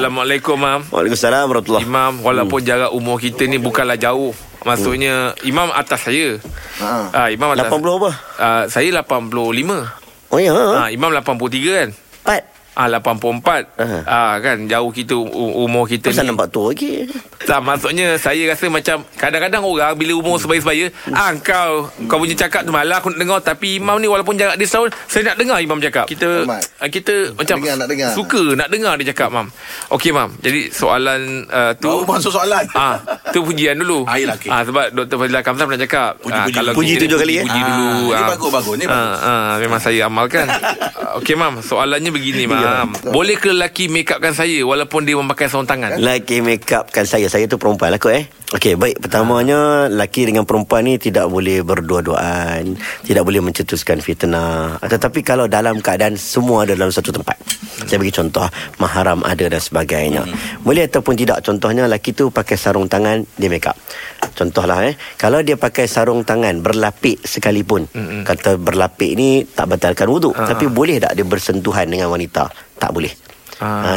Assalamualaikum Mam Waalaikumsalam warahmatullahi Imam walaupun hmm. jarak umur kita ni bukanlah jauh Maksudnya hmm. Imam atas saya Ha. ha. Imam atas 80 apa? uh, Saya 85 Oh ya. ha, Imam 83 kan Pat. Ah 84. Aha. Ah kan jauh kita u- umur kita Kenapa ni. nampak tua lagi? Tak maksudnya saya rasa macam kadang-kadang orang bila umur sebaya-sebaya, ah kau kau punya cakap tu malah aku nak dengar tapi imam ni walaupun jarak dia setahun, saya nak dengar imam cakap. Kita Ahmad. ah, kita macam dengar, nak dengar. suka nak dengar dia cakap mam. Okey mam. Jadi soalan uh, tu Oh, masuk soalan. Ah, tu pujian dulu. Ah, yelah, okey. ah sebab Dr. Fazila Kamsah pernah cakap. Puji, ah, puji, kalau puji. kita Puji tujuh kali, eh? Puji Ah, dulu. ini ah. bagus, bagus. Ini Ah, ah, memang saya amalkan. Ah, Okey, Mam. Soalannya begini, Mam. Boleh ke lelaki make upkan saya walaupun dia memakai sarung tangan? Laki make up kan saya. Saya tu perempuan lah kot eh. Okey, baik. Pertamanya, laki dengan perempuan ni tidak boleh berdua-duaan. Tidak boleh mencetuskan fitnah. Ah, Tetapi kalau dalam keadaan semua ada dalam satu tempat. Saya bagi contoh, maharam ada dan sebagainya. Boleh ataupun tidak. Contohnya, laki tu pakai sarung tangan, dia make up. Contohlah eh. Kalau dia pakai sarung tangan berlapik sekalipun. Kata berlapik ni tak batalkan wuduk. Tapi boleh tak dia bersentuhan dengan wanita? Tak boleh. Ah.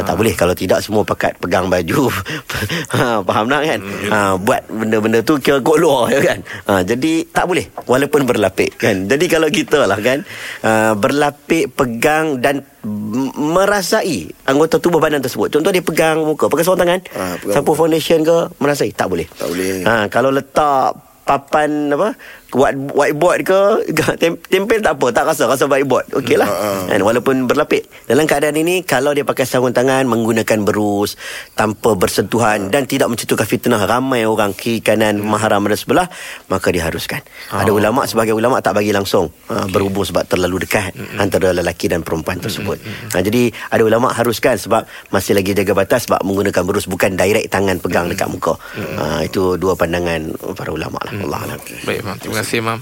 Ha, tak boleh kalau tidak semua pakat pegang baju. ha, faham tak kan? Hmm, ya. Ha, buat benda-benda tu kira kot luar ya kan. Ha, jadi tak boleh walaupun berlapik kan. Jadi kalau kita lah kan uh, berlapik pegang dan m- merasai anggota tubuh badan tersebut. Contoh dia pegang muka, pakai seorang tangan, Ah, ha, pegang sapu foundation ke merasai tak boleh. Tak boleh. Ha, kalau letak papan apa white- whiteboard ke tem- tempel tak apa tak rasa rasa whiteboard okeylah Ha, ha. kan walaupun berlapik dalam keadaan ini kalau dia pakai sarung tangan menggunakan berus tanpa bersentuhan dan tidak mencetuskan fitnah ramai orang kiri kanan mahram dan sebelah maka diharuskan ada ulama sebagai ulama tak bagi langsung ha, berhubung sebab terlalu dekat antara lelaki dan perempuan tersebut ha, jadi ada ulama haruskan sebab masih lagi jaga batas sebab menggunakan berus bukan direct tangan pegang dekat muka ha, itu dua Ah, pandangan para ulama lah Allah Baik, Mam. Terima kasih, Mam.